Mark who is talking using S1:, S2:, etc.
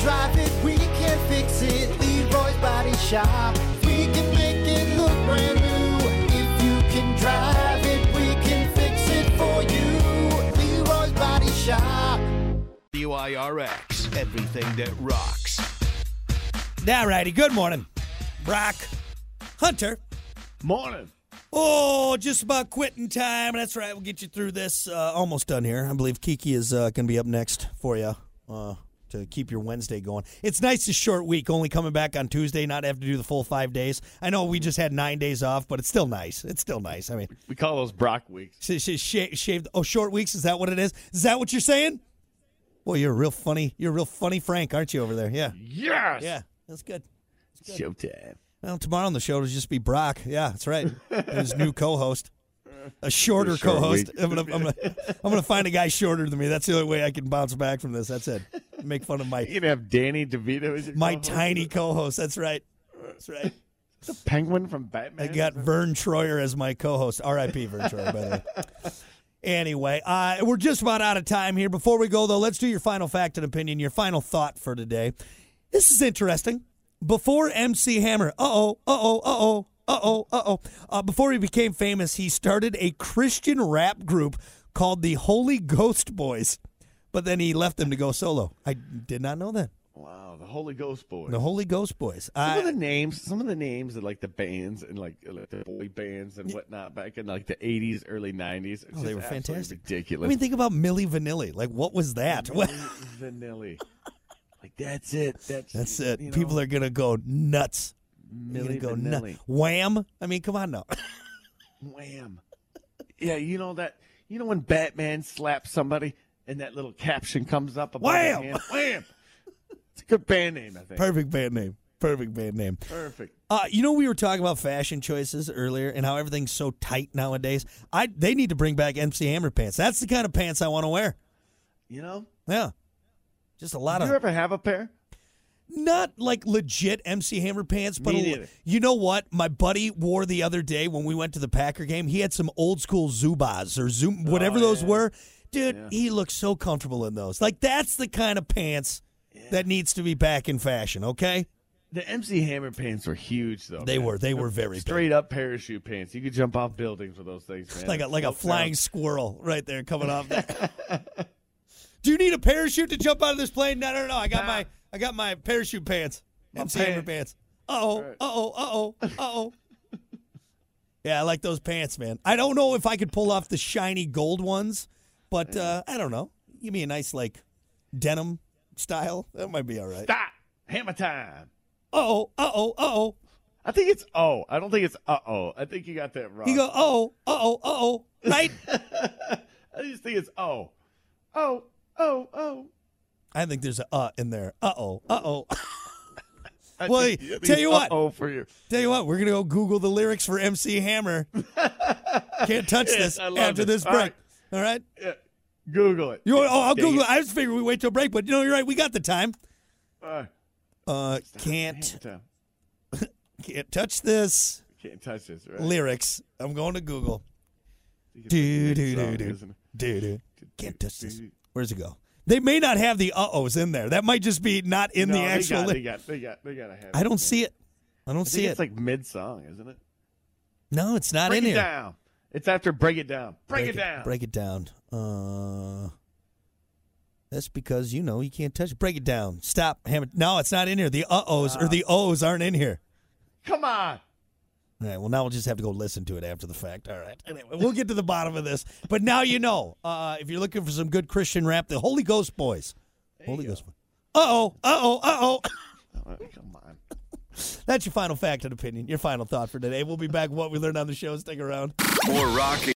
S1: drive it, we can fix it. Leroy's Body Shop. We can make it look brand new. If you can drive it, we can fix it for you. Leroy's Body Shop.
S2: WIRX, everything that rocks.
S3: All righty. Good morning, Brock Hunter.
S2: Morning.
S3: Oh, just about quitting time. That's right. We'll get you through this. Uh, almost done here. I believe Kiki is uh, going to be up next for you uh, to keep your Wednesday going. It's nice this short week, only coming back on Tuesday, not have to do the full five days. I know we just had nine days off, but it's still nice. It's still nice. I mean,
S4: We call those Brock weeks.
S3: sh- sh- sh- shaved. Oh, short weeks. Is that what it is? Is that what you're saying? Well, you're a real funny. You're a real funny Frank, aren't you over there? Yeah.
S4: Yes.
S3: Yeah. That's good.
S4: Showtime.
S3: Well, tomorrow on the show it'll just be Brock. Yeah, that's right. His new co-host, a shorter
S4: short
S3: co-host.
S4: week.
S3: I'm gonna, I'm, gonna, I'm gonna find a guy shorter than me. That's the only way I can bounce back from this. That's it. Make fun of my
S4: You can have Danny DeVito as your
S3: my
S4: co-host.
S3: tiny co-host. That's right. That's right.
S4: penguin from
S3: I
S4: Batman.
S3: got Vern Troyer as my co-host. R.I.P. Vern Troyer, by the way. Anyway, uh, we're just about out of time here. Before we go, though, let's do your final fact and opinion, your final thought for today. This is interesting. Before MC Hammer, uh oh, uh oh, uh oh, uh oh, uh oh, uh, before he became famous, he started a Christian rap group called the Holy Ghost Boys, but then he left them to go solo. I did not know that.
S4: Wow, the Holy Ghost boy.
S3: The Holy Ghost Boys.
S4: Some
S3: I,
S4: of the names, some of the names of like the bands and like, uh, like the boy bands and whatnot back in like the '80s, early '90s.
S3: Oh, they were fantastic.
S4: Ridiculous.
S3: I mean, think about Millie Vanilli. Like, what was that? What-
S4: Vanilli. Like that's it. That's
S3: That's it. People are gonna go nuts. They're gonna go nuts. Wham! I mean, come on now.
S4: Wham. Yeah, you know that. You know when Batman slaps somebody and that little caption comes up. Above their
S3: Wham!
S4: hand? Wham. It's a good band name, I think.
S3: Perfect band name. Perfect band name.
S4: Perfect.
S3: Uh, you know, we were talking about fashion choices earlier and how everything's so tight nowadays. I they need to bring back MC Hammer pants. That's the kind of pants I want to wear.
S4: You know.
S3: Yeah, just a lot
S4: Do
S3: of
S4: you ever have a pair?
S3: not like legit MC Hammer pants, but
S4: Me
S3: a-
S4: neither.
S3: you know what? My buddy wore the other day when we went to the Packer game. He had some old school Zubas or Zoom,
S4: Oh,
S3: whatever those were. Dude, he looked so comfortable in those. Like that's the kind of pants that needs to be back in fashion. Okay,
S4: The MC Hammer pants were huge, though.
S3: they
S4: man.
S3: were they were very big.
S4: straight up parachute pants. You could jump off buildings with those things, man.
S3: like a like a
S4: Float
S3: flying
S4: down.
S3: squirrel right there coming off. That. Do you need a parachute to jump out of this plane? No, no, no. I got my I got my parachute pants. MC Hammer pants. Uh oh. Uh oh. Uh oh. Uh oh. yeah, I like those pants, man. I don't know if I could pull off the shiny gold ones, but uh, I don't know. Give me a nice like denim style. That might be all right. Uh
S4: Stop. Hammer time.
S3: oh. Uh oh. Uh oh.
S4: I think it's oh. I don't think it's uh oh. I think you got that wrong.
S3: You go. Uh oh. Uh oh. Uh oh. Right.
S4: I just think it's oh, oh, oh, oh.
S3: I think there's a uh in there. Uh oh. Uh oh.
S4: I
S3: Well,
S4: think- I
S3: tell
S4: think it's
S3: you what.
S4: Uh-oh for you.
S3: Tell you what, we're gonna go Google the lyrics for MC Hammer. Can't touch
S4: Yes,
S3: this
S4: I love
S3: after
S4: it.
S3: this
S4: All
S3: break. All right.
S4: Google it.
S3: You want, oh, I'll
S4: Dang
S3: Google.
S4: it.
S3: It. I was figuring we wait till break, but you know you're right. We got the time.
S4: Uh,
S3: Uh,
S4: hammer
S3: can't
S4: time.
S3: can't touch this
S4: Can't touch this. Right?
S3: lyrics. I'm going to Google.
S4: It's a
S3: Do
S4: big
S3: do
S4: song,
S3: do do
S4: isn't it?
S3: do do. Can't touch this. Where's it go? They may not have the uh ohs in there. That might just be not in
S4: No,
S3: the
S4: They
S3: actual.
S4: got,
S3: ly-
S4: they got. They got. They got to have.
S3: I
S4: it,
S3: don't
S4: man.
S3: see it. I don't
S4: I
S3: see
S4: think
S3: it.
S4: it's like mid song, isn't it?
S3: no, it's not
S4: Break
S3: in
S4: it
S3: here.
S4: down. It's after break it down. Break, it down.
S3: Break it down. Uh, that's because you know you can't touch. it. Break it down. Stop. Hammer. No, it's not in here. The uh ohs or the ohs aren't in here.
S4: Come on.
S3: All right. Well, now we'll just have to go listen to it after the fact. All right. Anyway, we'll get to the bottom of this. But now you know. Uh, if you're looking for some good Christian rap, the Holy Ghost Boys. Holy Ghost Boys. Uh oh. Uh oh. Uh oh.
S4: Uh, Come on.
S3: That's your final fact and opinion. Your final thought for today. We'll be back. What we learned on the show. Stick around.
S2: More rock